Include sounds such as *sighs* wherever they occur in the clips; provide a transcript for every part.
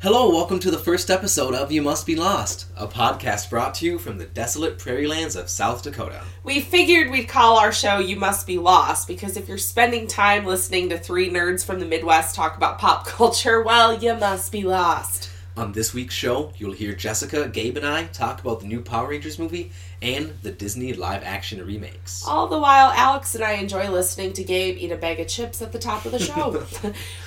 Hello, welcome to the first episode of You Must Be Lost, a podcast brought to you from the desolate prairie lands of South Dakota. We figured we'd call our show You Must Be Lost because if you're spending time listening to three nerds from the Midwest talk about pop *laughs* culture, well, you must be lost. On this week's show, you'll hear Jessica, Gabe, and I talk about the new Power Rangers movie and the Disney live action remakes. All the while, Alex and I enjoy listening to Gabe eat a bag of chips at the top of the show.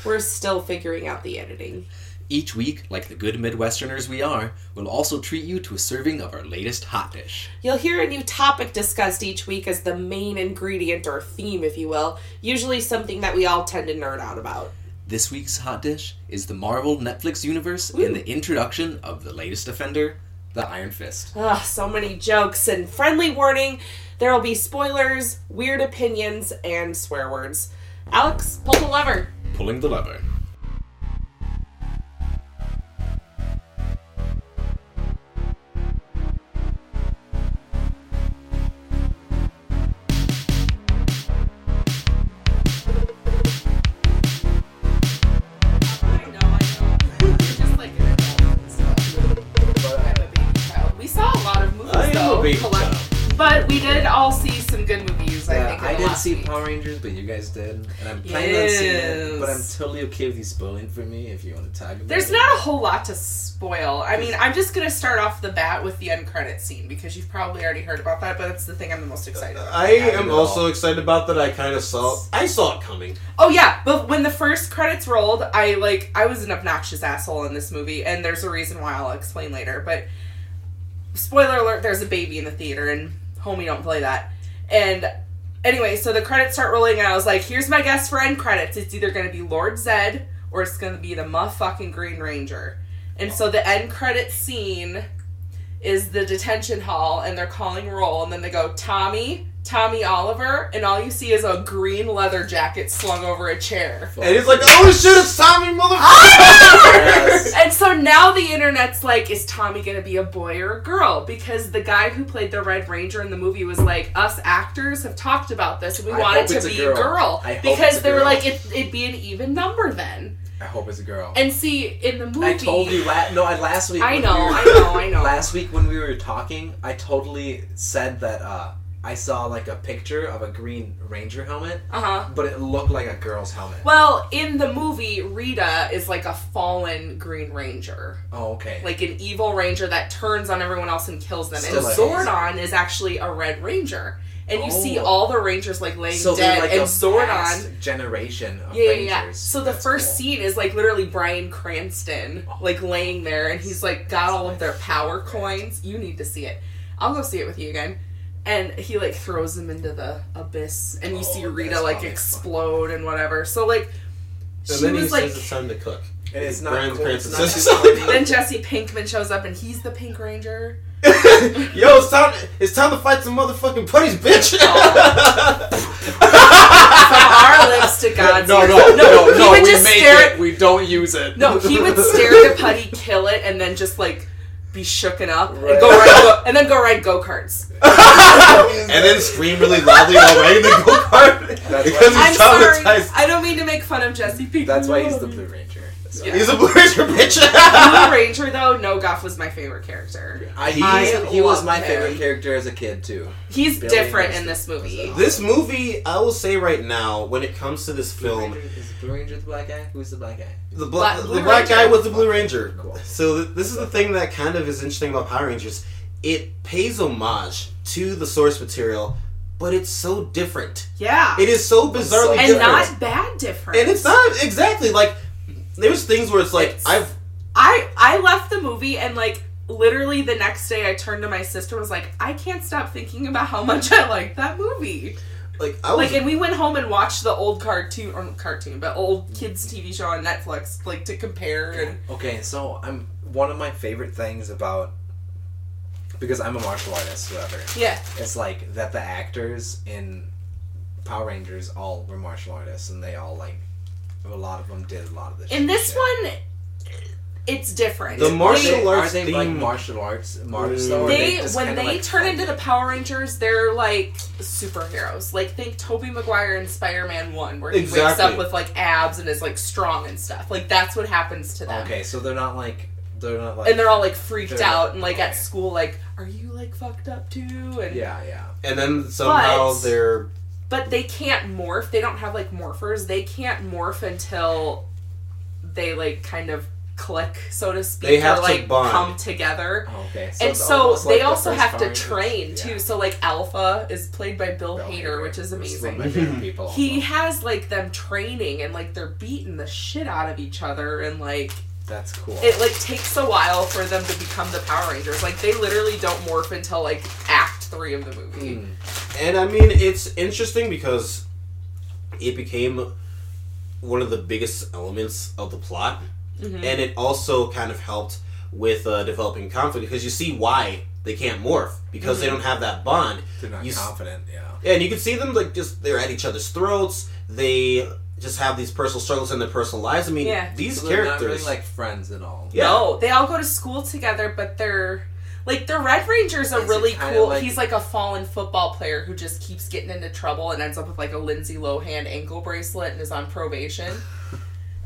We're still figuring out the editing. Each week, like the good Midwesterners we are, we'll also treat you to a serving of our latest hot dish. You'll hear a new topic discussed each week as the main ingredient or theme, if you will, usually something that we all tend to nerd out about. This week's hot dish is the Marvel Netflix universe Ooh. and the introduction of the latest offender, the Iron Fist. Ugh, so many jokes and friendly warning. There will be spoilers, weird opinions, and swear words. Alex, pull the lever. Pulling the lever. I know, I know. Just like an adult. We saw a lot of movies, I am a though. baby collect- But we did all see some good movies, I think. in I the didn't last see week. Power Rangers, but you guys did, and I'm planning on seeing it. But I'm Yes. totally okay with you spoiling for me if you want to talk about. There's it. not a whole lot to spoil. I mean, I'm just going to start off the bat with the end credit scene because you've probably already heard about that, but that's the thing I'm the most excited about. I Yeah, am you're also all- excited about that. I kind of saw. I saw it coming. Oh yeah, but when the first credits rolled, I like I was an obnoxious asshole in this movie, and there's a reason why I'll explain later. But spoiler alert: there's a baby in the theater, and homie, don't play that. And anyway, so the credits start rolling, and I was like, "Here's my guess for end credits: it's either going to be Lord Zed or it's going to be the motherfucking Green Ranger." And so the end credit scene is the detention hall, and they're calling roll, and then they go Tommy. Tommy Oliver, and all you see is a green leather jacket slung over a chair. And he's like, oh shit, it's Tommy, Yes. motherfucker! And so now the internet's like, is Tommy gonna be a boy or a girl? Because the guy who played the Red Ranger in the movie was like, us actors have talked about this, and we I want it hope to it's a be girl. a girl. I hope it's because a they were girl. like, it, it'd be an even number then. I hope it's a girl. And see, in the movie, I told you last. No, I last week. I when know, we were- I *laughs* know, I know. Last week when we were talking, I totally said that uh, I saw like a picture of a green ranger helmet, uh huh. but it looked like a girl's helmet. Well, in the movie, Rita is like a fallen Green Ranger. Oh, okay. like an evil ranger that turns on everyone else and kills them. Still and like- Zordon is actually a red ranger. And you see Oh. all the rangers like laying so they're dead like and a Zordon. past generation of Yeah, yeah, rangers. yeah. So the That's first cool. scene is like literally Brian Cranston like laying there and he's like got all of their power coins. You need to see it. I'll go see it with you again. And he like throws them into the abyss and you see Oh, Rita that's like probably fun. explode and whatever. So like And she then he was like says it's time to cook. And it's not. Brian cool. It's Cranston not says just something. funny. then Jesse Pinkman shows up and he's the Pink Ranger. *laughs* Yo, it's time. It's time to fight some motherfucking putties, bitch. from our lips to God's ears. *laughs* he would just stare at- We don't use it. no, he *laughs* would stare at the putty, kill it, and then just like be shooken up and go ride go, and then go ride go karts. *laughs* and then scream really loudly while riding the go kart That's because I'm he's sorry, traumatized. I don't mean to make fun of Jesse Pinkman. That's why he's the blue ranger. So- Yeah. He's a blue ranger, bitch. *laughs* Blue Ranger though. No, Goff was my favorite character. I, he, I he was my love favorite him. character as a kid too. He's Billy different Madison in this movie. was uh, This movie, I will say right now, when it comes to this film, is the Blue Ranger the black guy? Who's the black guy? The, Black- bla- Blue the black Ranger. guy was the Blue Ranger. Cool. So th- this is the thing that kind of is interesting about Power Rangers. It pays homage to the source material, but it's so different. Yeah, It is so bizarrely and different. not bad different. and it's not exactly like there's things where it's like It's- I've I I left the movie and like literally the next day I turned to my sister and was like I can't stop thinking about how much I like that movie. like I was Like, and we went home and watched the old cartoon, or not cartoon, but old kids TV show on Netflix, like to compare. And Okay, so I'm one of my favorite things about because I'm a martial artist, whatever. yeah, It's like that the actors in Power Rangers all were martial artists, and they all like a lot of them did a lot of this. in this shit. one, it's different. The They- martial they, arts are they like theme- martial arts martists Mm. though? or They just when kinda, they like, turn fight? into the Power Rangers, they're like superheroes. Like think Tobey Maguire in Spider Man One, where he wakes Exactly. up with like abs and is like strong and stuff. Like that's what happens to them. Okay, so they're not like they're not like And they're all like freaked They're- out and like at okay. school, like, are you like fucked up too? And Yeah, yeah. And then somehow But- they're but they can't morph. They don't have like morphers. They can't morph until they like kind of click, so to speak. They have or, to like bond. come together. Oh, okay. and it's so almost they like the also first have Power to Rangers. train too. Yeah. So like Alpha is played by Bill, Bill Hader, which is is one of amazing. my favorite *laughs* people. He has like them training and like they're beating the shit out of each other and like That's cool. it like takes a while for them to become the Power Rangers. Like they literally don't morph until like act 3 of the movie. Mm. And I mean, it's interesting because it became one of the biggest elements of the plot, Mhm. and it also kind of helped with uh, developing conflict because you see why they can't morph because Mm-hmm. they don't have that bond. They're not You s- confident. Yeah. And you can see them like just they're at each other's throats. They just have these personal struggles in their personal lives. I mean, Yeah. these So they're characters. not really like friends at all. Yeah. No, they all go to school together, but they're like the Red Ranger's a Is it really kinda cool. like- he's like a fallen football player who just keeps getting into trouble and ends up with like a Lindsay Lohan ankle bracelet and is on *laughs* probation.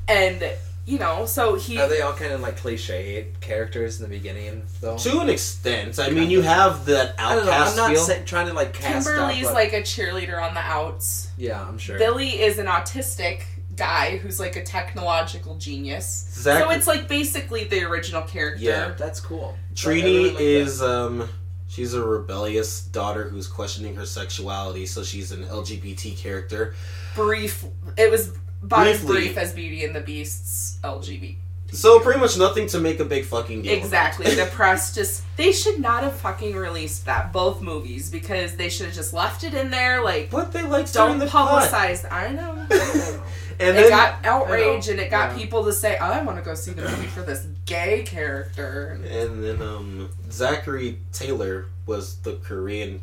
and you know, so he Are they all kind of like cliche characters in the beginning though? to an extent, I mean, you have that I don't know. I'm outcast not feel. sa- trying to like cast Kimberly's out, but- like a cheerleader on the outs. yeah, I'm sure. Billy is an autistic guy who's like a technological genius. So Exactly. it's like basically the original character. Yeah. That's cool. I Trini really like is um she's a rebellious daughter who's questioning her sexuality, so she's an LGBT character. Brief it was about as Briefly. brief as Beauty and the Beast's LGBT. So pretty much nothing to make a big fucking deal. about. Exactly. The press just they should not have fucking released that both movies because they should have just left it in there like But they like don't doing the plot. publicize. I know. *laughs* And it then got outrage and it got Yeah. people to say, "Oh, I want to go see the movie for this gay character." and then um Zachary Taylor was the Korean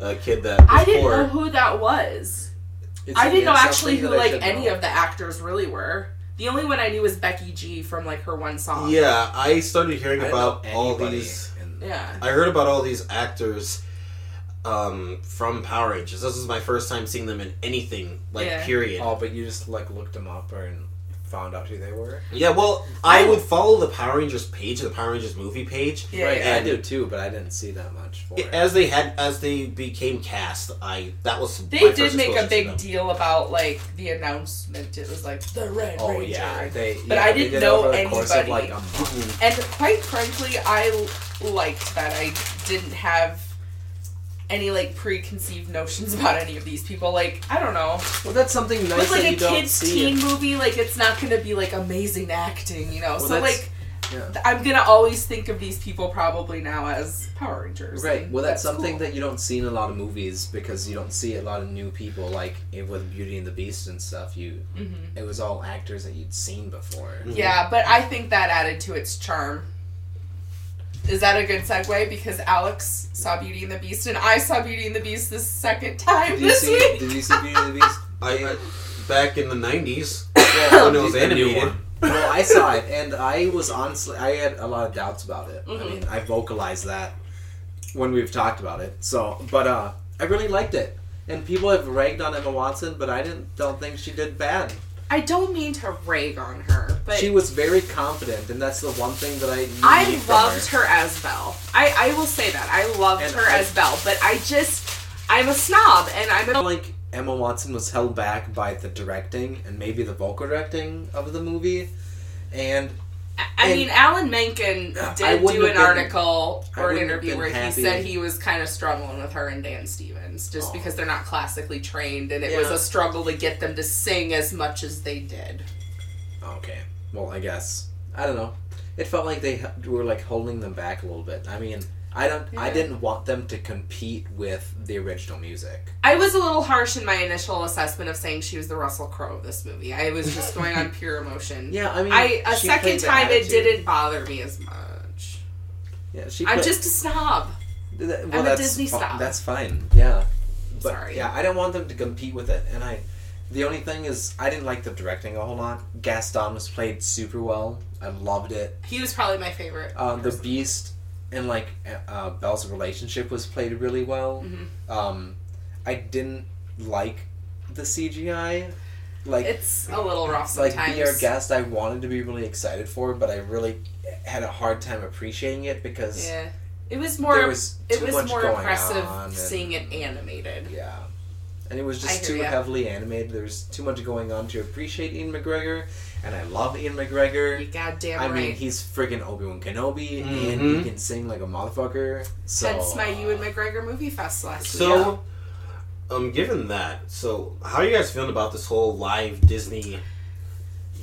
uh, kid that was I didn't poor. know who that was. It's- I didn't it's know actually something who that I like should any know. of the actors really were. The only one I knew was Becky G from like her one song. Yeah, I started hearing I don't about know all anybody these in- Yeah. I heard about all these actors um from Power Rangers. This is my first time seeing them in anything like Yeah. period. Oh, but you just like looked them up or and found out who they were. Yeah, well, I would follow the Power Rangers page, the Power Rangers movie page, Oh. Yeah. right, yeah. I do too, but I didn't see that much for it. as they had as they became cast. I that was my They did first make exposure a to big them. deal about like the announcement. It was like the Red Oh Ranger. yeah, they. But yeah, I they didn't did it know over the course of, like, anybody. a month. And quite frankly, I l- liked that I didn't have any like preconceived notions about any of these people. Like I don't know, Well, that's something nice with that like you a don't kids see. teen movie, like it's not gonna be like amazing acting, you know. Well, so that's- like yeah. th- I'm gonna always think of these people probably now as Power Rangers. Right. and Well, that's, something cool. that you don't see in a lot of movies because you don't see a lot of new people like if- with Beauty and the Beast and stuff. You, Mhm. it was all actors that you'd seen before. Yeah, but I think that added to its charm. Is that a good segue? Because Alex saw Beauty and the Beast, and I saw Beauty and the Beast the second time Did you this see? week. Did you see Beauty and the *laughs* Beast? I, I- back in the nineties Yeah, when it was Oh, the new animated. one. Well, I saw it, and I was honestly, I had a lot of doubts about it. I Mhm. mean, I vocalized that when we've talked about it. So, but uh, I really liked it, and people have ragged on Emma Watson, but I didn't don't think she did bad. I don't mean to rag on her, but she was very confident, and that's the one thing that I I need from loved her as Belle. I, I will say that. I loved And her I- as Belle, but I just, I'm a snob, and I'm feel a. like Emma Watson was held back by the directing and maybe the vocal directing of the movie, and I and- mean, Alan Menken I did wouldn't do have an been- article I or an wouldn't have interview been where he happy. said he was kind of struggling with her and Dan Stevens just Oh. because they're not classically trained, and it was Yeah. a struggle to get them to sing as much as they did. okay, well, I guess I don't know. It felt like they h- were like holding them back a little bit. I mean, I don't, I Yeah. didn't want them to compete with the original music. I was a little harsh in my initial assessment of saying she was the Russell Crowe of this movie. I was *laughs* just going on pure emotion. Yeah, I mean, I a she second played the time it attitude. didn't bother me as much. Yeah, she. I'm played- just a snob. Th- th- I'm a that's Disney fi- snob. That's fine. Yeah. But Sorry. yeah, I don't want them to compete with it, and I The only thing is, I didn't like the directing a whole lot. Gaston was played super well. I loved it. He was probably my favorite. Uh, the Beast and like uh, Belle's relationship was played really well. Mm-hmm. Um, I didn't like the CGI. Like It's a little rough like sometimes. be our guest. I wanted to be really excited for, it, but I really had a hard time appreciating it because Yeah. It was more. there was too it was much more going impressive on. and- seeing it animated. Yeah. And it was I just hear too ya. heavily animated. There was too much going on to appreciate Ian McGregor, and I love Ian McGregor. You goddamn I right. mean, he's friggin' Obi Wan Kenobi, and Mhm. he can sing like a motherfucker. So That's my you and uh, McGregor movie fest last year. So, um, given that, so how are you guys feeling about this whole live Disney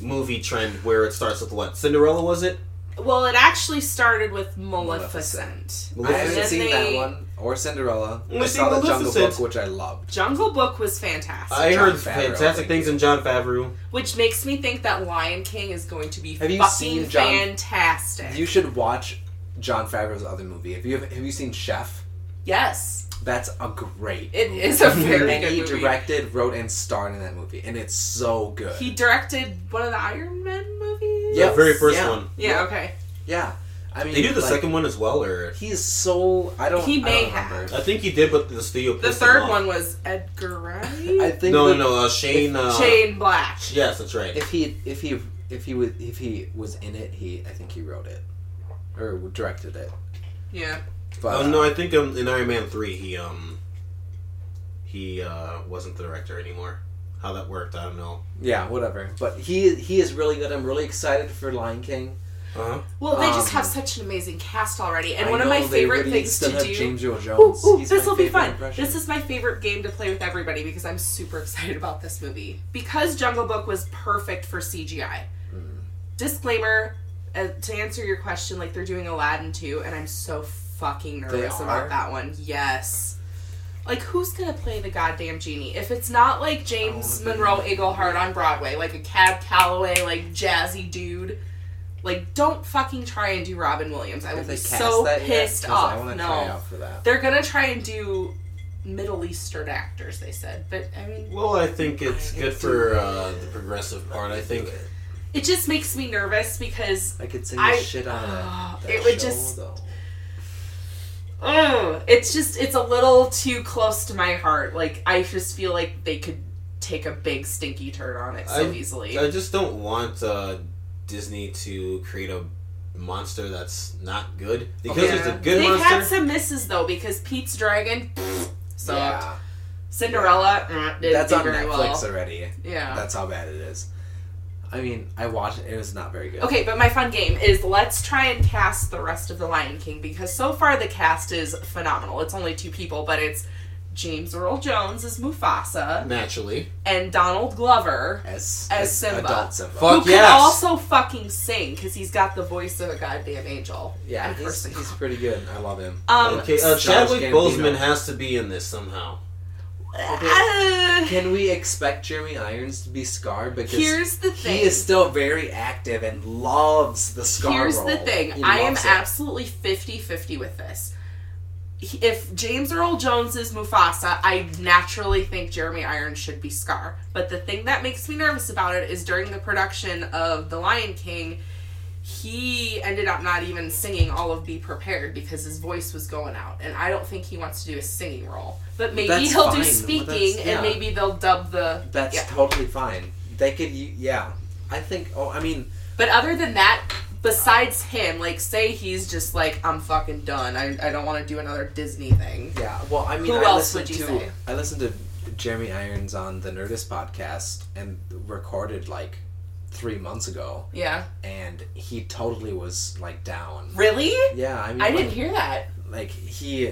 movie trend where it starts with what Cinderella was it? Well, it actually started with Maleficent. Maleficent. I haven't Then seen they- that one or Cinderella. We've I seen saw the Jungle Maleficent. Book, which I loved. Jungle Book was fantastic, I John heard Favreau, fantastic thank things you. in John Favreau. which makes me think that Lion King is going to be Have you fucking seen John- fantastic. You should watch John Favreau's other movie. Have you have you seen Chef? yes, That's a great. it movie. is a very and good he movie. directed, wrote, and starred in that movie, and it's so good. He directed one of the Iron Man movies. The Yes, very first yeah. one. Yeah. Yeah. Okay. Yeah, I mean They do the like, second one as well, or He is so I don't. He I may don't remember. I think he did, but the studio. The pissed him third off. one was Edgar Wright. I think No, that no, no. Uh, Shane. Uh, Shane Black. Yes, that's right. If he if he if he was if he was in it, he I think he wrote it or directed it. Yeah. But Um, no, I think um, in Iron Man three, he um, he uh, wasn't the director anymore. How that worked, I don't know. yeah, whatever. But he he is really good. I'm really excited for Lion King. Uh-huh. Well, they just Um, have such an amazing cast already, and I one of know my they favorite really things still to have do. James Earl Ooh, Jones. ooh, He's this my will be favorite fun. impression. This is my favorite game to play with everybody because I'm super *laughs* excited about this movie. Because Jungle Book was perfect for CGI. Mm. Disclaimer uh, to answer your question, like they're doing Aladdin too, and I'm so fucking nervous are? about that one. Yes. Like, who's gonna play the goddamn genie? If it's not like James wanna be- Monroe Iglehart on Broadway, like a Cab Calloway, like jazzy dude. Like, don't fucking try and do Robin Williams. I will Have be they cast so that yet? pissed 'Cause I off. wanna no, try out for that. they're gonna try and do Middle Eastern actors, they said. But I mean, Well, I think it's good for uh, the progressive part. I think it just makes me nervous because I could sing I- the shit out of Ah, *sighs* that. that it would show, just- though. oh, it's just it's a little too close to my heart. Like I just feel like they could take a big stinky turn on it so I- easily. I just don't want uh, Disney to create a monster that's not good because Okay. there's a good They've monster. had some misses though because Pete's Dragon sucked. Yeah, Cinderella mm, didn't that's do on very Netflix well. already. Yeah. That's how bad it is. I mean, I watched it. It was not very good. Okay, but my fun game is let's try and cast the rest of the Lion King because so far the cast is phenomenal. It's only two people, but it's James Earl Jones as Mufasa Naturally, and Donald Glover, As As Simba. adult Simba. Fuck who can yes. also fucking sing because he's got the voice of a goddamn angel. Yeah, And he's, *laughs* person. he's pretty good. I love him. Um, okay. Uh, Josh Chadwick Gambino. Boseman has to be in *laughs* this somehow. uh, Can we expect Jeremy Irons to be Scar? Because here's the thing. he is still very active and loves the Scar Here's role. the thing. He I am loves it. absolutely 50-50 with this. He- If James Earl Jones is Mufasa, I naturally think Jeremy Irons should be Scar. But the thing that makes me nervous about it is during the production of The Lion King, he ended up not even singing all of Be Prepared because his voice was going out. And I don't think he wants to do a singing role. But maybe That's he'll fine. do Well, speaking that's- yeah. and maybe they'll dub the. That's yeah. totally fine. They could, u- yeah. I think. Oh, I mean, But other than that, besides him, like say he's just like, I'm fucking done. I, I don't want to do another Disney thing. yeah. Well, I mean, Who I else listened would you to say? I listened to Jeremy Irons on the Nerdist podcast and recorded like three months ago, Yeah. and he totally was like down. Really? Yeah, I mean, I like, didn't hear that. like he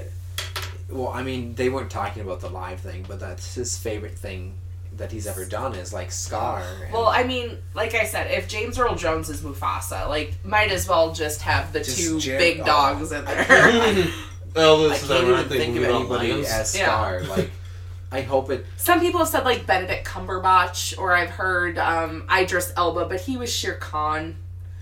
well i mean they weren't talking about the live thing but that's his favorite thing that he's ever done is like scar and Well, I mean, like I said, if James Earl Jones is Mufasa, like, might as well just have the Just two Jer- big oh, dogs in I there. *laughs* can't- well, i this is can't even ironic think, thing of about anybody lions. as *laughs* Yeah. scar like i hope it Some people have said, like, Benedict Cumberbatch, or I've heard um, Idris Elba, but he was Shere Khan.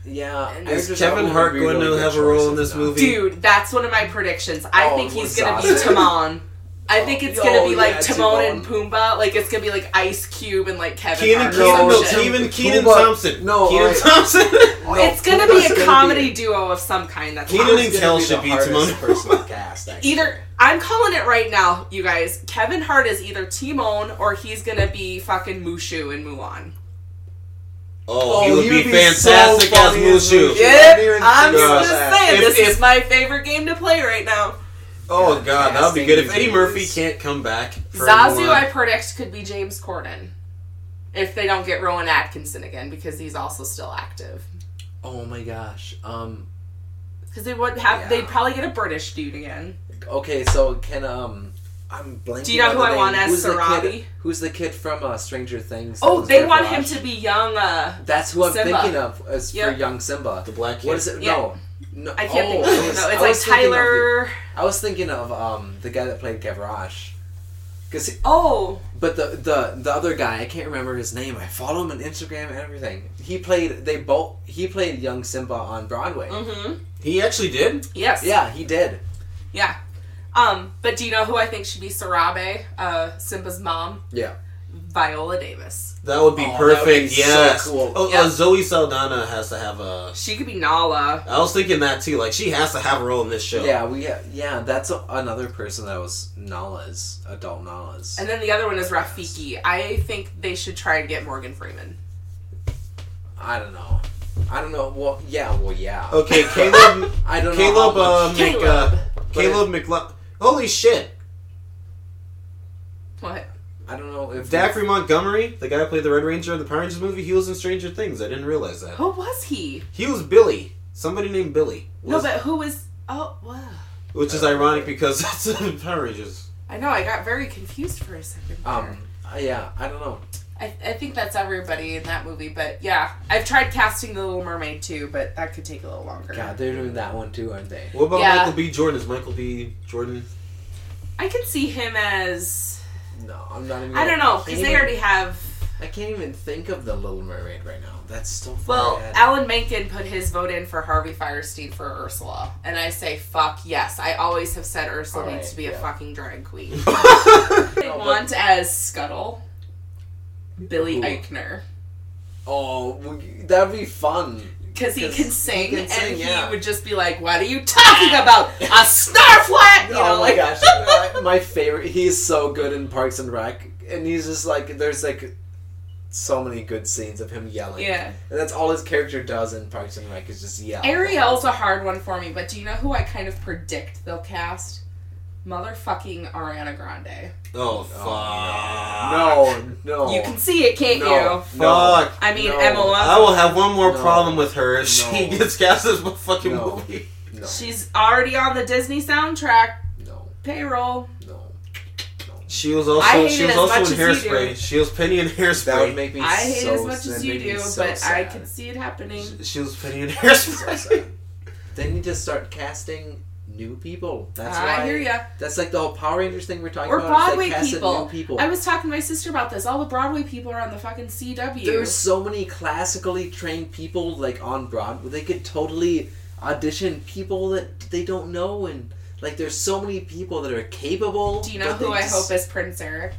yeah And I is just Kevin hope it Hart would be going to really have good a role in choices, this no. movie? Dude, that's one of my predictions. I Oh, think he's going to be Mufasa. Timon. I think it's Oh, gonna be yeah, like Timon, Timon. and Pumbaa. Like it's gonna be like Ice Cube and like Kevin Keenan, Hart or Keenan, some no, shit. Tim- Keenan, Pumbaa- Keenan Thompson. No, Keenan I- Thompson. *laughs* Oh, It's gonna Pumbaa's be a gonna comedy duo of some kind. That's Keenan hot. and Kel should be Timon. personal cast. *laughs* Actually. either I'm calling it right now, you guys. Kevin Hart is either Timon or he's gonna be fucking Mushu in Mulan. Oh, he Oh, would he be, would be fantastic so as funny as Mushu. Mushu. Yep, I'm God. just saying If- this if- is my favorite game to play right now. Oh god, that would be Casting good. If Eddie these Murphy days. can't come back, for Zazu, Mulan- I predict, could be James Corden if they don't get Rowan Atkinson again because he's also still active. Oh my gosh. Um. Because they would have, Yeah. they'd probably get a British dude again. Okay, so can um. I'm blanking. Do you know on who the I name. want as who's the Sarabi? kid? Who's the kid from uh, Stranger Things? that Oh, was they Jeffrey want him Rush? to be young. Uh, That's who I'm Simba. thinking of as Yep. for young Simba. the black kid. What is it? Yeah. No. No. I can't oh, think of I him was- though. I was It's like thinking of the- Tyler. I was thinking of um the guy that played Gavroche. Cause, Oh, but the, the the other guy, I can't remember his name. I follow him on Instagram and everything. He played they both he played young Simba on Broadway. mm-hmm. He actually did. Yes. Yeah, he did. Yeah. Um, but do you know who I think should be Sarabe, uh, Simba's mom? Yeah. Viola Davis. That would be Oh, that would perfect. be so yes. cool. Oh, Yeah. uh, Zoe Saldana has to have a. She could be Nala. I was thinking that too. Like she has to have a role in this show. Yeah, we yeah, that's a, another person that was Nala's, adult Nala's. And then the other one is Rafiki. I think they should try and get Morgan Freeman. I don't know. I don't know. Well, yeah, well, yeah. Okay, Caleb. I don't know. Oh, Caleb. how Uh, much- Mc, uh, Caleb McLaughlin. Holy shit! What? I don't know if Daffrey Montgomery, the guy who played the Red Ranger in the Power Rangers movie, he was in Stranger Things. I didn't realize that. Who was he? He was Billy. Somebody named Billy. No, Was, but who was? Oh, wow. which is ironic because *laughs* that's the Power Rangers. I know. I got very confused for a second. there. Um. uh, Yeah, I don't know. I, I think that's everybody in that movie. But yeah, I've tried casting the Little Mermaid too, but that could take a little longer. God, they're doing that one too, aren't they? What about Yeah. Michael B. Jordan? Is Michael B. Jordan? *laughs* I could see him as No, I'm not even. I don't know can't because they even- already have. I can't even think of the Little Mermaid right now. That's so far Well, ahead. Alan Menken put his vote in for Harvey Firestein for Ursula, and I say fuck yes. I always have said Ursula All needs right, to be a yeah. fucking drag queen. I *laughs* No, but- want as Scuttle, Billy Ooh. Eichner. oh, well, that'd be fun. Because he 'Cause can sing, he can and sing, he yeah. would just be like, "What are you talking about? A snarflat?" You know, oh my like *laughs* gosh, my, my favorite. He's so good in Parks and Rec, and he's just like there's like so many good scenes of him yelling. yeah. and that's all his character does in Parks and Rec is just yell. Ariel's a hard one for me, but do you know who I kind of predict they'll cast? Motherfucking Ariana Grande. Oh fuck! No, no. You can see it, can't no, you? no, Fuck! I mean, No. Emma I Watson. will have one more No. problem with her if she No. gets cast as a fucking No. movie. no, She's already on the Disney soundtrack no, payroll. no. She was I also hate she it was as also much in as you hairspray. do. She was Penny in That would hairspray. make me. I hate so it as much as that'd you make me do, so but I sad. can see it happening. She- she was Penny in So *laughs* hairspray. sad. they need to start casting new people. That's why. I hear ya. That's like the whole Power Rangers thing we're talking Or about. is they Broadway casted people. New people. I was talking to my sister about this. All the Broadway people are on the fucking CW. There's so many classically trained people like on Broadway. They could totally audition people that they don't know, and like there's so many people that are capable. do you know but who they I just- hope is Prince Eric?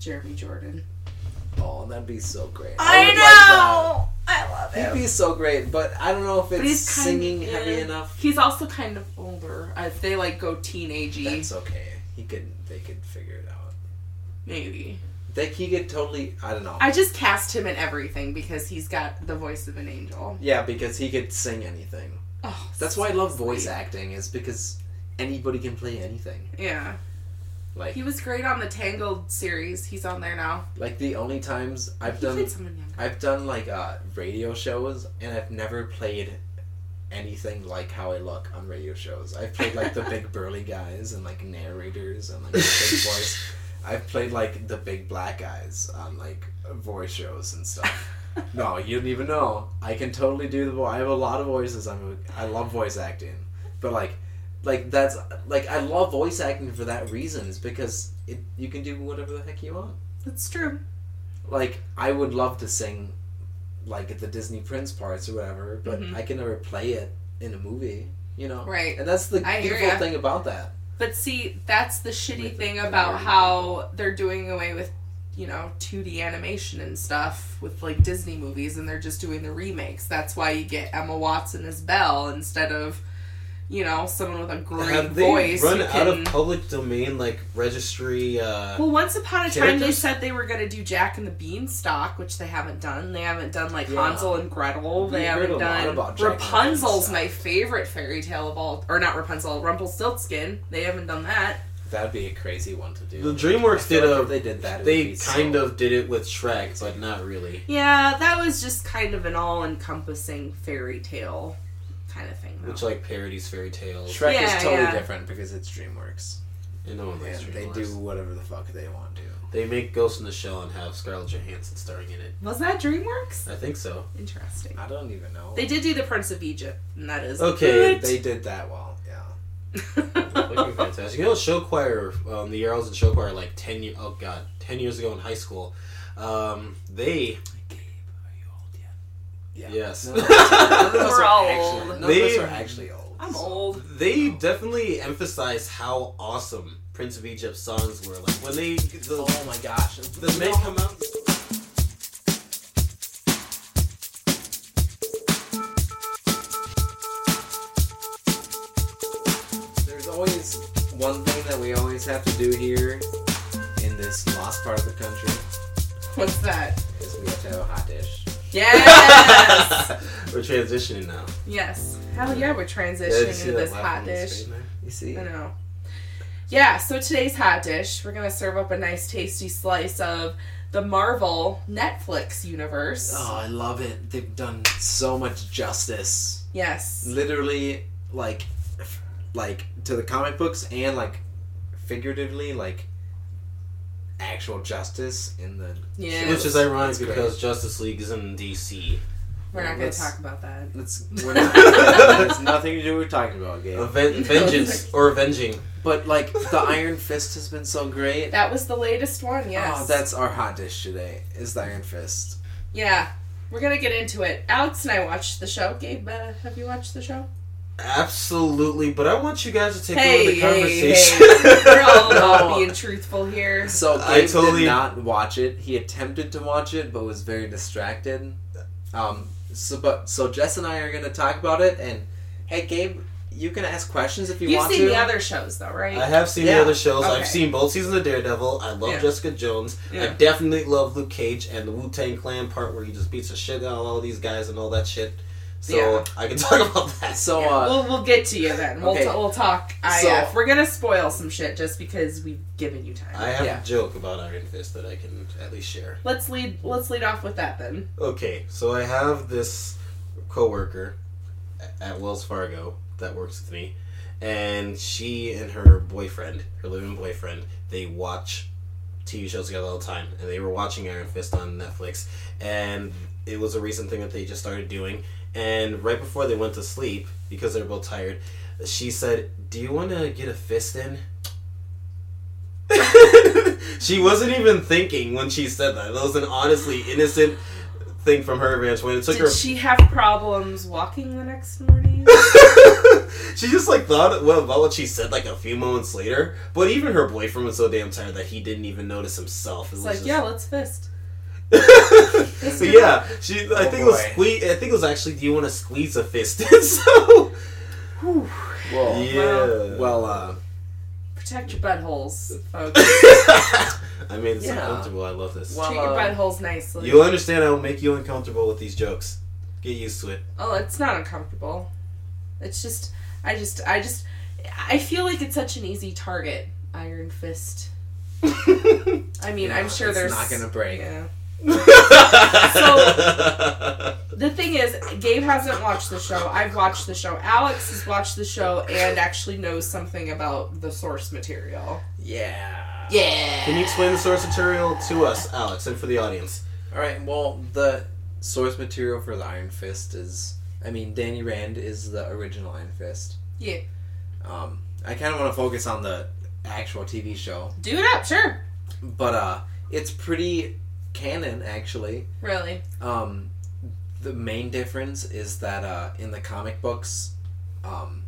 Jeremy Jordan. Oh, that'd be so great. I, would like that. know. I love him. He'd be so great, but I don't know if it's he's kind of- singing heavy yeah. enough. He's also kind of older. Uh, if they like go teenagey, That's okay. He could. They could figure it out. maybe. They he could totally. I don't know. I just cast him in everything because he's got the voice of an angel. Yeah, because he could sing anything. Oh, That's why I love voice acting is because anybody can play anything. Yeah, Like he was great on the Tangled series. He's on there now. like the only times I've He done played someone younger. I've done like uh radio shows and I've never played anything like how I look on radio shows. I've played like *laughs* the big burly guys and like narrators and like the big voice. I've played like the big black guys on like voice shows and stuff. *laughs* No, you don't even know. I can totally do the voice. I have a lot of voices. I'm a, I love voice acting, but like, like that's like I love voice acting for that reason. Is because it you can do whatever the heck you want. That's true. Like I would love to sing, like the Disney Prince parts or whatever, but Mhm. I can never play it in a movie. You know, Right. And that's the I hear beautiful ya. thing about that. But see, that's the shitty With the thing third about one. how they're doing away with, you know, 2D animation and stuff with like Disney movies and they're just doing the remakes. That's why you get Emma Watson as Belle instead of, you know, someone with a great Have they voice. run who out can- of public domain like registry? Uh, well, once upon a time, they characters? said they were going to do Jack and the Beanstalk, which they haven't done. They haven't done like Yeah. Hansel and Gretel. We've They heard haven't a lot done about Jack and the Rapunzel's Beanstalk. my favorite fairy tale of all, or not Rapunzel, Rumpelstiltskin. They haven't done that. That'd be a crazy one to do. the I DreamWorks feel did like a. if they did that. it would They be so- kind of did it with Shrek, but not really. Yeah, that was just kind of an all-encompassing fairy tale kind of thing. Though. Which like parodies fairy tales. Shrek Yeah, is totally yeah. different because it's DreamWorks. And no one And likes they DreamWorks. do whatever the fuck they want to. They make Ghost in the Shell and have Scarlett Johansson starring in it. was that DreamWorks? I think so. Interesting. I don't even know. They did do the Prince of Egypt, and that is Okay, good. They did that well. Yeah. *laughs* Fucking fantastic. You know, show choir. Um, the year I was in show choir, like ten year. Oh god, ten years ago in high school. Um, they Gabe, are you old yet? Yeah. *laughs* Yes. None of us are- none of us We're are all actually- old. None of us They- are actually old. *laughs* I'm so- old. they definitely emphasize how awesome Prince of Egypt songs were. Like when they the, Oh my gosh. the men come out. There's always one thing that we always have to do here in this lost part of the country What's that? is we have to have a hot dish. *laughs* Yes. *laughs* We're transitioning now. yes. Hell yeah, we're transitioning Yeah, did you see into that this laugh hot on his dish. face there? You see? I know. Yeah, so today's hot dish, we're gonna serve up a nice tasty slice of the Marvel Netflix universe. Oh, I love it. They've done so much justice. Yes. Literally, like, f- like to the comic books and like figuratively, like actual justice in the. Yeah. Which is ironic That's great. because Justice League is in DC. We're not gonna Let's- talk about that. It's, *laughs* we're not, it's nothing to do with talking about Gabe. *laughs* Aven- vengeance or avenging. But like the Iron Fist has been so great. That was the latest one, yes. Oh, that's our hot dish today. Is the Iron Fist? yeah. We're gonna get into it. Alex and I watched the show. Gabe, uh, have you watched the show? Absolutely, but I want you guys to take Hey, over the hey, conversation. hey. *laughs* We're all about No. being truthful here. So Gabe I totally- did not watch it. He attempted to watch it, but was very distracted. Um, so but so Jess and I are going to talk about it. And hey, Gabe, you can ask questions if you You've want seen to. the other shows though, right? *laughs* I have seen Yeah. the other shows. Okay. I've seen both seasons of Daredevil. I love Yeah. Jessica Jones. I Yeah. definitely love Luke Cage and the Wu Tang Clan part where he just beats the shit out of all these guys and all that shit. So Yeah. I can *laughs* talk about *laughs* that. So Yeah, uh, we'll, we'll get to you then. We'll, Okay. t- we'll talk IF. So- We're gonna spoil some shit just because we've given you time. I have Yeah. a joke about Iron Fist that I can at least share. let's lead. Let's lead off with that then. Okay, so I have this coworker a- at Wells Fargo that works with me, and she and her boyfriend, her living boyfriend, they watch TV shows together all the time, and they were watching Iron Fist on Netflix, and it was a recent thing that they just started doing. And right before they went to sleep, because they're both tired, she said, "Do you want to get a fist in?" *laughs* she wasn't even thinking when she said that. That was an honestly innocent thing from her ranch when it took Did her she have problems walking the *laughs* next morning? *laughs* she just like thought well about what she said like a few moments later. But even her boyfriend was so damn tired that he didn't even notice himself. It It's was like, just- *laughs* yeah, let's fist. so yeah, she. I Oh, think it was boy. squeeze. I think it was actually. Do you want to squeeze a fist? *laughs* And so Whew. well, yeah. well, uh, Protect your buttholes, folks. *laughs* I made this Yeah. uncomfortable. I love this. *laughs* Well, Treat your uh, buttholes nicely. You'll understand. I will make you uncomfortable with these jokes. Get *laughs* used to it. Oh, it's not uncomfortable. It's just, I just, I just, I feel like it's such an easy target. Iron fist. I mean, I'm No, sure it's there's not gonna break. Yeah. so, The thing is, Gabe hasn't watched the show. I've watched the show. Alex has watched the show and actually knows something about the source material. Yeah. Yeah. *laughs* can you explain the source material to us, Alex, and for the audience? All right. Well, the source material for the Iron Fist is, I mean, Danny Rand is the original Iron Fist. Yeah. Um, I kind of want to focus on the actual TV show, Do it up, sure. but uh, it's pretty canon actually. Really. Um, the main difference is that uh, in the comic books, um,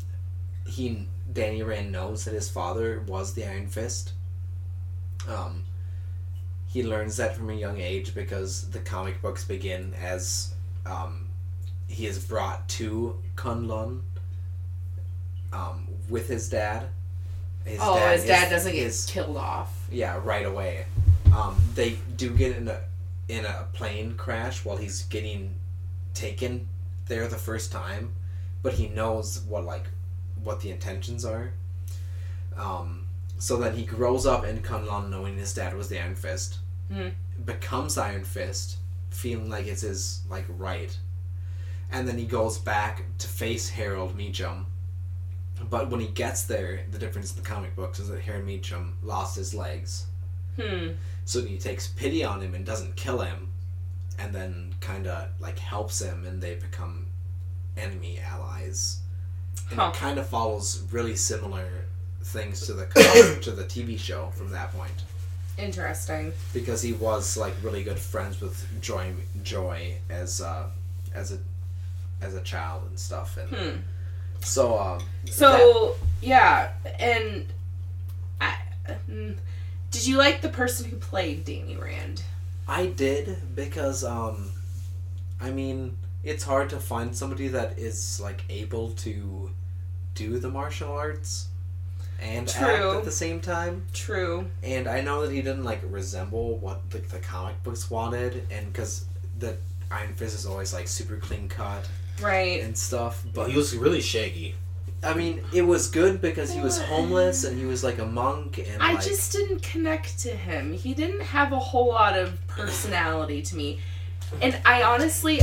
he Danny Rand knows that his father was the Iron Fist. Um, he learns that from a young age because the comic books begin as um, he is brought to Kunlun um, with his dad. His oh, his is- dad doesn't get is- killed off. yeah, right away. Um, they do get in a in a plane crash while he's getting taken there the first time, but he knows what like what the intentions are. Um, so then he grows up in Kunlun knowing his dad was the Iron Fist, Hmm. becomes Iron Fist, feeling like it's his like right, and then he goes back to face Harold Meacham. But when he gets there, the difference in the comic books is that Harold Meacham lost his legs. Hmm. So he takes pity on him and doesn't kill him, and then kind of like helps him, and they become enemy allies. And Huh. it kind of follows really similar things to the comic, *coughs* to the TV show from that point Interesting. because he was like really good friends with Joy Joy as uh, as a as a child and stuff, and Hmm. so um, So yeah, and I, mm, Did you like the person who played Danny Rand? I did because um I mean it's hard to find somebody that is like able to do the martial arts and act True. at the same time. true. And I know that he didn't like resemble what the, the comic books wanted and cuz the Iron Fist is always like super clean cut Right. and stuff, But but he was really shaggy. I mean, it was good because he was homeless and he was like a monk and I like just didn't connect to him. He didn't have a whole lot of personality to me. And I honestly,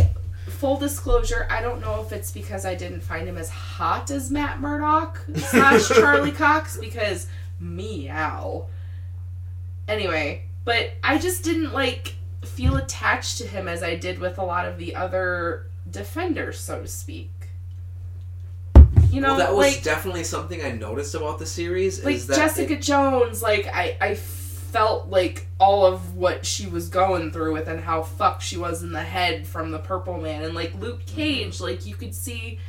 full disclosure, I don't know if it's because I didn't find him as hot as Matt Murdock *laughs* slash Charlie Cox because meow. Anyway, but I just didn't like feel attached to him as I did with a lot of the other defenders, so to speak. You know, well, that was like definitely something I noticed about the series like is that Jessica it- Jones, like I, I felt like all of what she was going through with and how fucked she was in the head from the Purple Man, and like Luke Mm-hmm. Cage, like you could see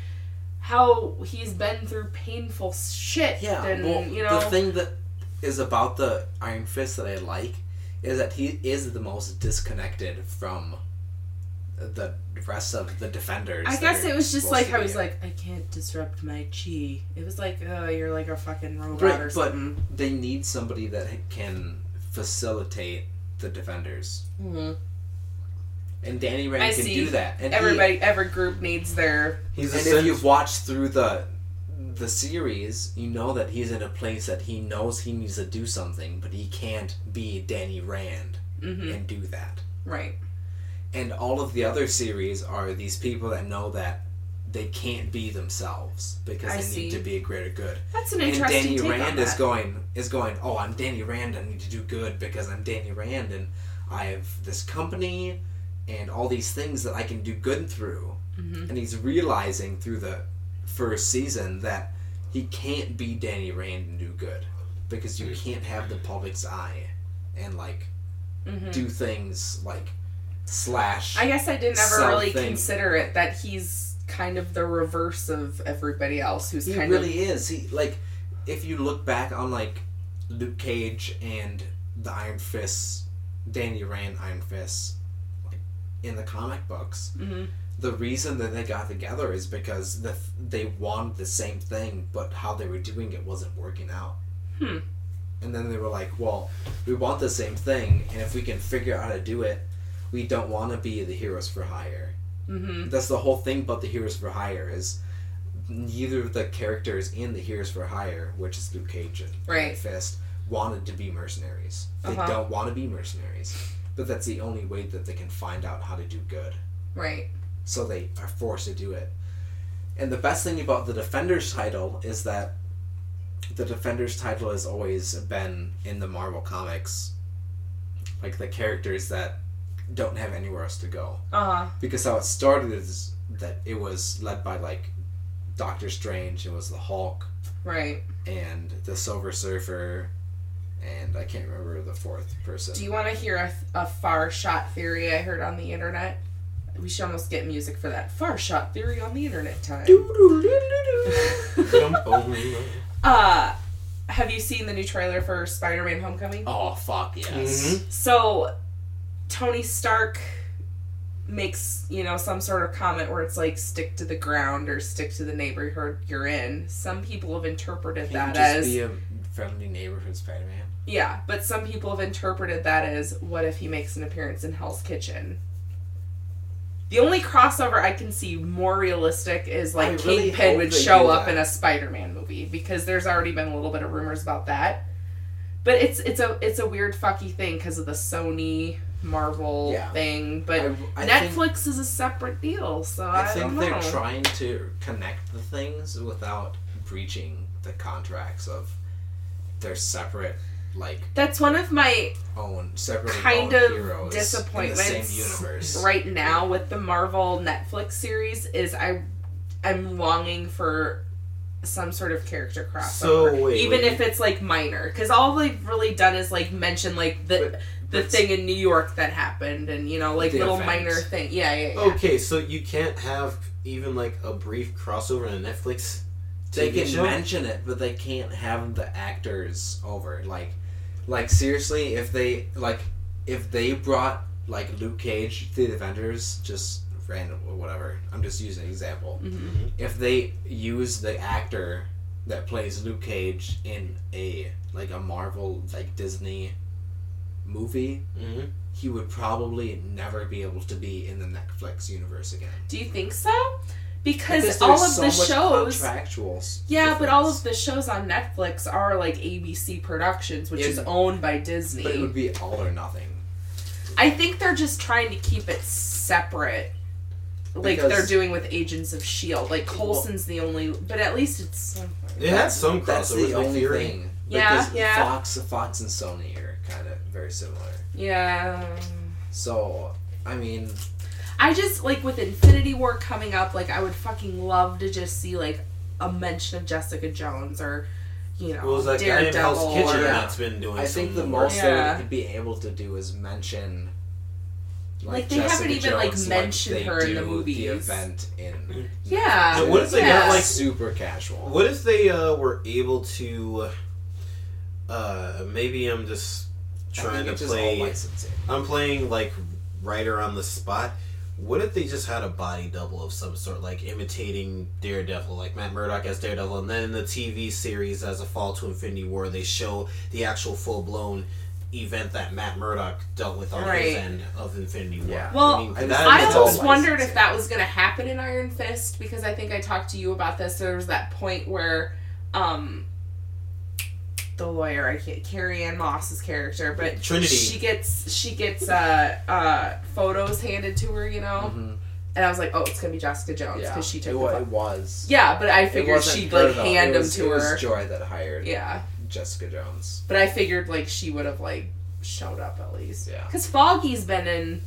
how he's been through painful shit. Yeah, and well, you know, the thing that is about the Iron Fist that I like is that he is the most disconnected from the rest of the defenders. I that guess you're it was just supposed like to I was be. like, I can't disrupt my chi. It was like, oh, you're like a fucking robot Right, or but- something. they need somebody that can facilitate the defenders, Mhm. and Danny Rand I can see. do that. And he- Everybody, every group needs their He's and if you've watched through the the series, you know that he's in a place that he knows he needs to do something, but he can't be Danny Rand mm-hmm, Mhm. and do that. right. and all of the other series are these people that know that they can't be themselves because I they see. need to be a greater good. That's an And interesting Danny take on Rand that. is going is going, "Oh, I'm Danny Rand. I need to do good because I'm Danny Rand and I have this company and all these things that I can do good through." Mm-hmm, And he's realizing through the first season that he can't be Danny Rand and do good because you can't have the public's eye and like Mhm. do things like slash I guess I didn't ever really something. consider it that he's kind of the reverse of everybody else who's He kind of really is. He like if you look back on like Luke Cage and the Iron Fist, Danny Rand Iron Fist, like in the comic books, Mhm. the reason that they got together is because the they wanted the same thing, but how they were doing it wasn't working out. Hmm. And then they were like, "Well, we want the same thing, and if we can figure out how to do it, we don't want to be the heroes for hire." hmm That's the whole thing about the Heroes for Hire is neither of the characters in the Heroes for Hire, which is Luke Cage and Right. Fist, wanted to be mercenaries. They Uh-huh. don't want to be mercenaries, but that's the only way that they can find out how to do good. Right. So they are forced to do it. And the best thing about the Defenders title is that the Defenders title has always been in the Marvel comics, like the characters that don't have anywhere else to go Uh huh. because how it started is that it was led by like Doctor Strange, it was the Hulk Right. and the Silver Surfer, and I can't remember the fourth person. Do you want to hear a, a far shot theory I heard on the internet? We should almost get music for that. Far shot theory on the internet time. Jump on me. Uh, have you seen the new trailer for Spider Man Homecoming? *laughs* Oh fuck yes. So, Tony Stark makes, you know, some sort of comment where it's like, stick to the ground or stick to the neighborhood you're in. Some people have interpreted Can you that just as. be a friendly neighborhood Spider Man. Yeah, but some people have interpreted that as what if he makes an appearance in Hell's Kitchen? The only crossover I can see more realistic is I like really Kingpin hope would they show do up that. in a Spider-Man movie because there's already been a little bit of rumors about that. But it's it's a it's a weird fucky thing because of the Sony Marvel Yeah. thing, but I, I think, Netflix is a separate deal, so I, I think don't know. they're trying to connect the things without breaching the contracts of their separate like That's one of my own separate Kind own of heroes in the disappointments, same universe. right now with the Marvel Netflix series is I I'm longing for some sort of character crossover. So, wait, even wait. if it's like minor, because all they've really done is like mention like the the but- thing in New York that happened, and you know like The little event. Oh. minor thing. Yeah, yeah, yeah. *laughs* Okay, so you can't have even like a brief crossover in a Netflix They TV can show. mention it, but they can't have the actors over. Like, like seriously, if they like, if they brought like Luke Cage to the Avengers, just random or whatever. I'm just using an example. Mm-hmm. If they use the actor that plays Luke Cage in a like a Marvel like Disney movie, hmm he would probably never be able to be in the Netflix universe again. Do you think so? Because, Because all there's of so the much shows. contractual s- Yeah, but all difference. of the shows on Netflix are like ABC Productions, which Yeah, is owned by Disney. But it would be all or nothing. I think they're just trying to keep it separate. Like Because- they're doing with Agents of Shield. E Like Colson's the only, but at least it's It had some crossovers. That's the like only Fury. thing. Yeah, because yeah. Fox, Fox, and Sony are kind of very similar. yeah. So, I mean, I just like with Infinity War coming up, like I would fucking love to just see like a mention of Jessica Jones or you know What was that guy in Daredevil. Hell's Kitchen or- that's been doing? I think the some most work? they Yeah. would be able to do is mention. Like, they haven't even, like, mentioned they her in the do The movies. event in. Yeah. So what if they got, yeah. like, super casual? What if they uh, were able to? Uh, maybe I'm just I trying think to it's just all play. licensing. I'm playing like writer on the spot. What if they just had a body double of some sort, like imitating Daredevil, like Matt Murdock as Daredevil, and then in the TV series as a Fall to Infinity War, they show the actual full blown event that Matt Murdock dealt with on Right. his end of Infinity War. Yeah. Well, that I is It's always all wondered licensing. if that was going to happen in Iron Fist because I think I talked to you about this. There was that point where, um, the lawyer, I can't, Carrie Ann Moss's character, but Trinity. she gets she gets uh uh photos handed to her, you know, Mhm. and I was like, oh, it's gonna be Jessica Jones because she took it, the wa- pho- it was. yeah, but I It figured wasn't she'd her, like though. hand it them was, to it was her. Joy that hired Yeah, Jessica Jones. but I figured like she would have like showed up at least. Yeah. Because Foggy's been in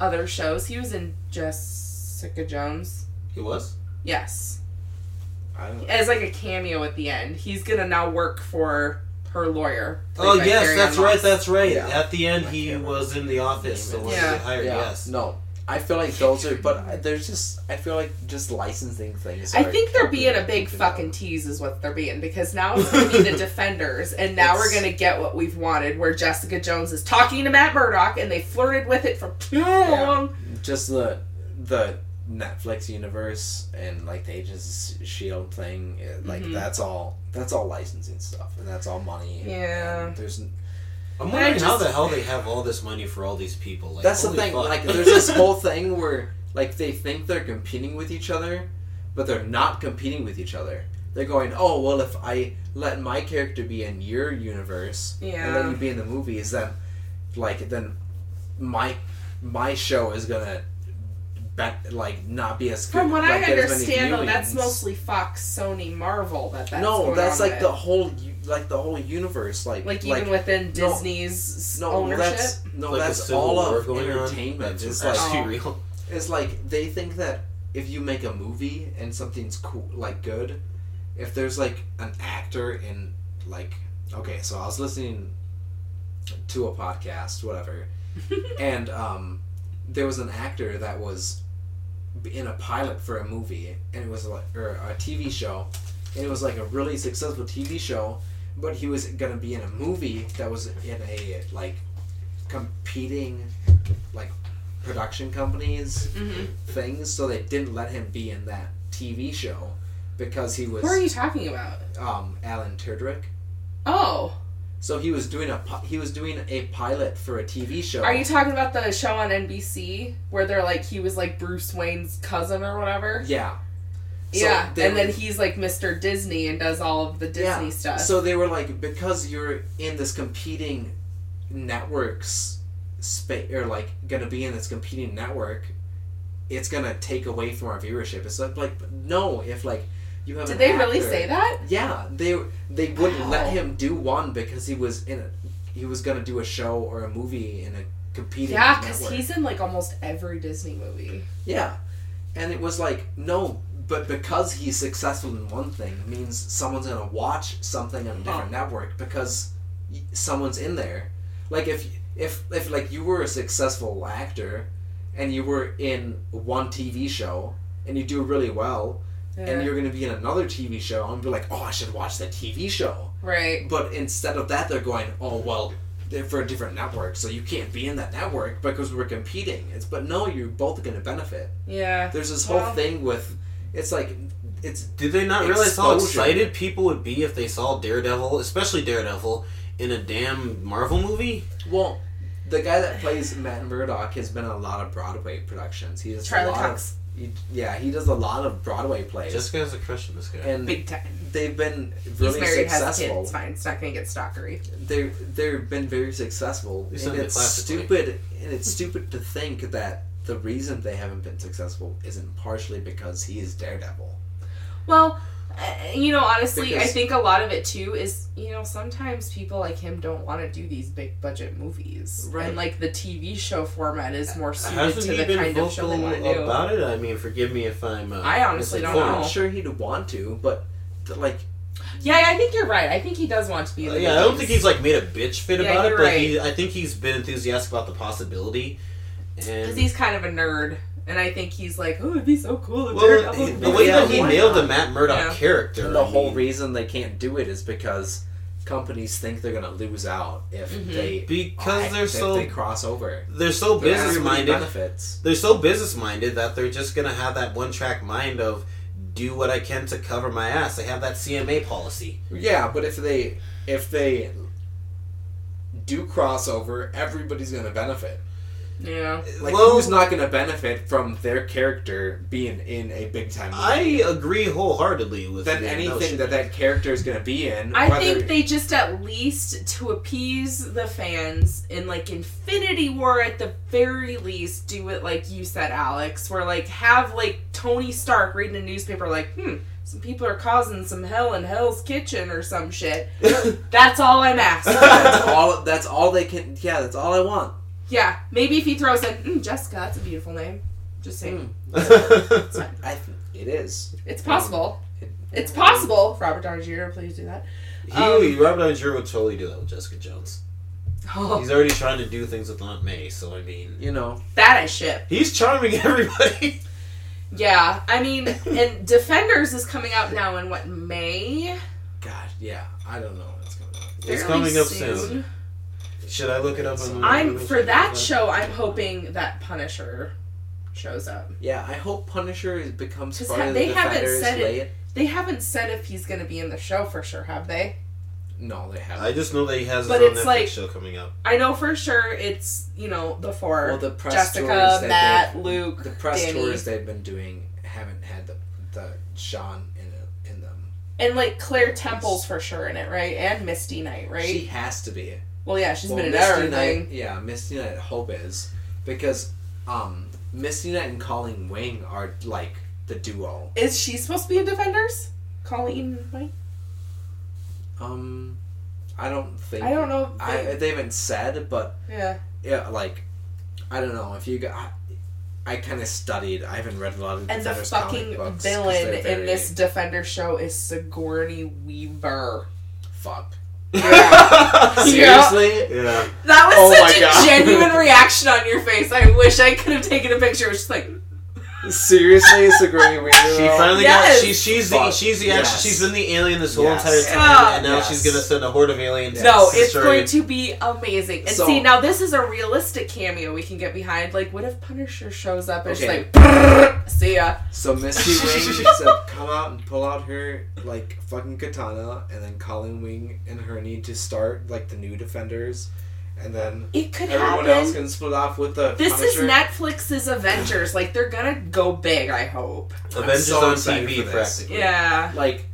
other shows. He was in Jessica Jones. He was. Yes. I don't. As like a cameo at the end. He's gonna now work for her lawyer. Oh played by yes, Carrie that's Ann right, Moss. that's right. Yeah. At the end, I he can't was in the office, the remember one his that name. they hired. Yeah. Yes. No. I feel like those are, but *laughs* I- there's just. I feel like just licensing things. I are think they're helping being a to big keep it fucking up. tease is what they're being because now it's gonna be *laughs* the defenders and now we're It's- gonna get what we've wanted where Jessica Jones is talking to Matt Murdock and they flirted with it for too Yeah. long. Just the the Netflix universe and like the Agents of Shield E thing. it- Like Mhm. that's all. That's all licensing stuff, and that's all money. and- Yeah. and There's n- I'm But wondering I how just- the hell they have all this money for all these people. Like, that's the holy thing. fuck. *laughs* Like there's this whole thing where like they think they're competing with each other, but they're not competing with each other. They're going, oh well, if I let my character be in your universe and let Yeah. you be in the movies, then like then my my show is gonna bet like not be as good. From what like, I get as many understand though, that's viewings. mostly Fox, Sony, Marvel that that's no, going that's on like with. the whole u- like the whole universe. Like like even within no, Disney's no, ownership. that's no, Like a that's civil all war of going on. entertainment. That's It's like actually Oh. real. It's like they think that if you make a movie and something's cool, like good, if there's like an actor in like okay, so I was listening to a podcast, whatever, and um, there was an actor that was in a pilot for a movie, and it was like or a TV show, and it was like a really successful TV show, but he was gonna be in a movie that was in a like competing like production companies Mm-hmm. things, so they didn't let him be in that TV show because he was What are you talking about? um, Alan Tudyk. Oh, So he was doing a pi- he was doing a pilot for a TV show. are you talking about the show on NBC where they're like he was like Bruce Wayne's cousin or whatever? yeah. So yeah, they and then were- he's like Mr. Disney and does all of the Disney yeah. stuff. So they were like, because you're in this competing networks space, or like gonna be in this competing network, it's gonna take away from our viewership. It's like, like no, if like you have. Did an they really actor- say that? Yeah, they they wouldn't Wow. let him do one because he was in a, he was gonna do a show or a movie in a competing. Yeah, because network. he's in like almost every Disney movie. Yeah. And it was like, no, but because he's successful in one thing means someone's going to watch something on a different network because y- someone's in there. Like if if if like you were a successful actor and you were in one TV show and you do really well Yeah. and you're going to be in another TV show and be like, "Oh, I should watch that TV show." Right. But instead of that, they're going, oh, well, they're for a different network, so you can't be in that network because we're competing. It's But no, you're both going to benefit. Yeah. There's this whole Well- thing with, it's like, it's, Did they not realize how Exposure. excited people would be if they saw Daredevil, especially Daredevil, in a damn Marvel movie? well, the guy that *sighs* plays Matt Murdock has been in a lot of Broadway productions. He does Charlie a lot Cox. Of, he- yeah, he does a lot of Broadway plays. Jessica has a crush on this guy. and Big time. they've been He's really married, has kids. successful. It's fine. It's not gonna get stalkery. they're they've been very successful. least And in the it's classic league. stupid and it's stupid to think that the reason they haven't been successful isn't partially because he is Daredevil. Well, uh, you know, honestly, I Because- think a lot of it too is you know sometimes people like him don't want to do these big budget movies, Right. and like the TV show format is more suited Hasn't to he the been kind of show they vocal want to do. about it? I mean, forgive me if I'm. Uh, I honestly don't I'm misinformed. know. sure he'd want to, but th- like yeah, I think you're right. I think he does want to be. In Uh, the yeah, I don't movies. think he's like made a bitch fit Yeah, about it, you're but he, I think he's been enthusiastic about the possibility. Because And he's kind of a nerd, and I think he's like, oh, it'd be so cool. if well, Daredevil he- was the big." way Yeah, that he why nailed not? the Matt Murdock Yeah. character, the I whole mean, reason they can't do it is because companies think they're gonna lose out if they because they're if they so cross over. they're so But business everybody minded. benefits. They're so business minded that they're just gonna have that one track mind of do what I can to cover my ass. They have that CMA policy. Yeah, but if they if they do crossover, everybody's gonna benefit. Yeah. Like well, who's not going to benefit from their character being in a big time movie? I agree wholeheartedly with than your anything notion. that *laughs* that character is going to be in. I whether- *laughs* think they just at least to appease the fans in like Infinity War at the very least do it like you said, Alex, where like have like Tony Stark reading a newspaper like, hmm, some people are causing some hell in Hell's Kitchen or some shit. That's all I'm *laughs* asking. *laughs* that's all. That's all they can. Yeah, that's all I want. yeah, maybe if he throws in mm, Jessica, that's a beautiful name. Just saying, Mm, it's *laughs* fine. I th- it is. Hmm. It's possible. It's possible. Robert Downey Jr., please do that. he, Um, Robert Downey Jr. would totally do that with Jessica Jones. Oh. He's already trying to do things with Aunt May, so I mean, You know. *laughs* that I ship. he's charming *laughs* everybody. Yeah, I mean, and Defenders is coming out now in what May? God. Yeah. I don't know what's going on. It's Fairly coming up soon. Should I look it up? On I'm for that show. I'm hoping that Punisher shows up. Yeah. I hope Punisher is becomes 'Cause part ha- of they the haven't Defenders said it. late. They haven't said if he's going to be in the show for sure, have they? No, they haven't. I just know that he has his But own it's Netflix like- show coming up. *laughs* I know for sure it's you know the four: Well, the press Jessica, tours that Matt, they've- Luke, the press Danny, tours they've been doing haven't had the the Sean in it, in them. and like Claire Temple's for sure in it, right? And Misty Knight, right? She has to be. well, yeah, she's Well, been in Misty everything. Knight, yeah, Misty Knight I Hope is because um Misty Knight and Colleen Wing are like the duo. Is she supposed to be in Defenders? Colleen, Wing? Um, I don't think I don't know. if I they- they haven't said, but yeah. yeah, like I don't know if you got. I, I kind of studied. I haven't read a lot of And the Defenders fucking comic books 'cause villain they're in very- this Defender show is Sigourney Weaver. *laughs* fuck *laughs* Yeah. seriously. Yeah. That was Oh my such a God. genuine reaction on your face. I wish I could have taken a picture. It was just like, Seriously, *laughs* Sigourney Weaver. She finally Yes. got. She, she's the Fuck. she's the Yes. she's in the alien this whole Yes. entire time, Yeah. and now Yes. she's gonna send a horde of aliens. No, to it's destroy going it. to be amazing. And So- see, now this is a realistic cameo we can get behind. Like, what if Punisher shows up and she's Okay. like, "Brrr, see ya? So *laughs* Misty Wing said, "Come out and pull out her like fucking katana," and then Colin Wing and her need to start like the new Defenders, and then It could everyone happen. else can split off with the. This Punisher. is Netflix's Avengers. Like, they're gonna go big, I hope. Avengers so on excited TV for this. practically. Yeah. like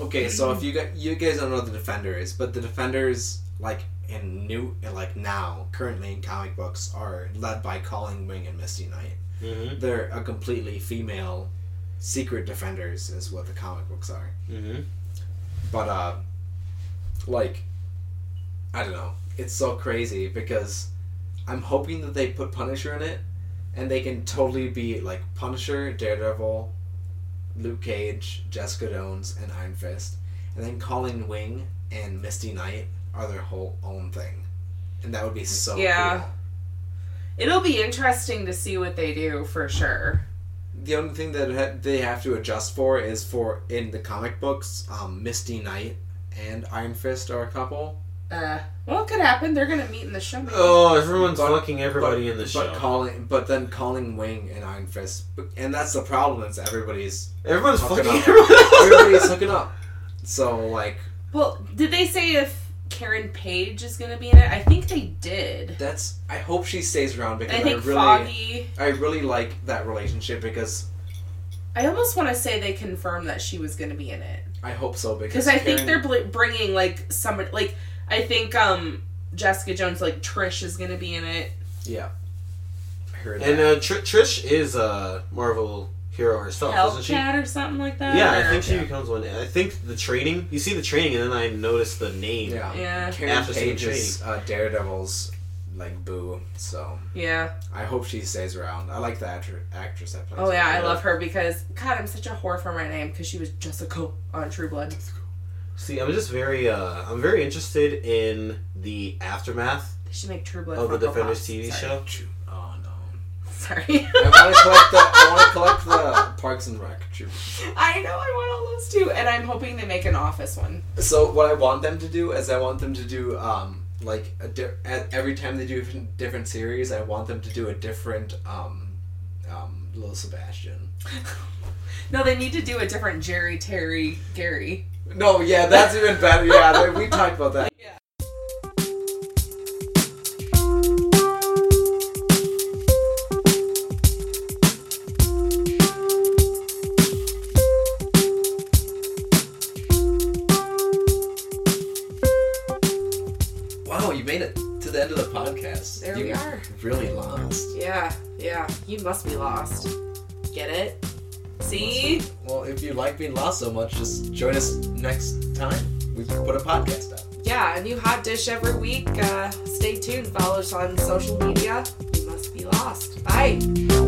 okay so if you guys you guys don't know the defenders but the defenders like in new like now currently in comic books are led by calling wing and misty knight Mm-hmm. they're a completely female secret defenders is what the comic books are Mm-hmm. but uh like i don't know it's so crazy because i'm hoping that they put punisher in it and they can totally be like punisher daredevil luke cage jessica jones and iron fist and then colin wing and misty knight are their whole own thing and that would be so Yeah. cool. It'll be interesting to see what they do for sure. the only thing that ha- they have to adjust for is for in the comic books um, misty knight and iron fist are a couple Uh, well, it could happen. They're gonna meet in the show. Oh, everyone's But- fucking everybody but, in the but show. calling, but then calling Wing and Iron Fist, but- and that's the problem. Is everybody's everyone's Fuck it fucking. up. Everyone else. everybody's hooking up. So like Well, did they say if Karen Page is gonna be in it? I think they did. that's. I hope she stays around because I I, think really, Foggy. I really like that relationship because I almost want to say they confirmed that she was gonna be in it I hope so because because I think Karen- they're bl- bringing like somebody. Like I think um Jessica Jones, like Trish, is gonna be in it. yeah. I heard and that. uh, Tr- Trish is a Marvel hero herself, Oh, isn't she? Hellcat or something like that. Yeah, or- I think she Yeah. becomes one. I think the training. You see the training, and then I notice the name. yeah. Yeah. Karen After seeing Page is uh, Daredevil's like boo, so Yeah. I hope she stays around. I like the actr- actress that plays. Oh her. yeah, I love her because God, I'm such a whore for my name because she was Jessica on True Blood. See, I'm just very. Uh, I'm very interested in the aftermath They should make True Blood. of Oh, the Funko Defenders Pops. TV Sorry. show. Oh no. *laughs* Sorry, I want to collect the I want to collect the Parks and Rec troop. I know I want all those too, and I'm hoping they make an Office one. So what I want them to do is I want them to do um like a di- a- every time they do a different- different series, I want them to do a different um um little Sebastian. No, they need to do a different Jerry, Terry, Gary. No, yeah, that's even better. Yeah, like, we talked about that. Yeah. Wow, you made it to the end of the podcast. There you we are. Really lost. Yeah, yeah. You must be lost. Get it? See? Well, if you like being lost so much, just join us next time. We put a podcast up. Yeah, a new hot dish every week. Uh, stay tuned. Follow us on social media. You must be lost. Bye.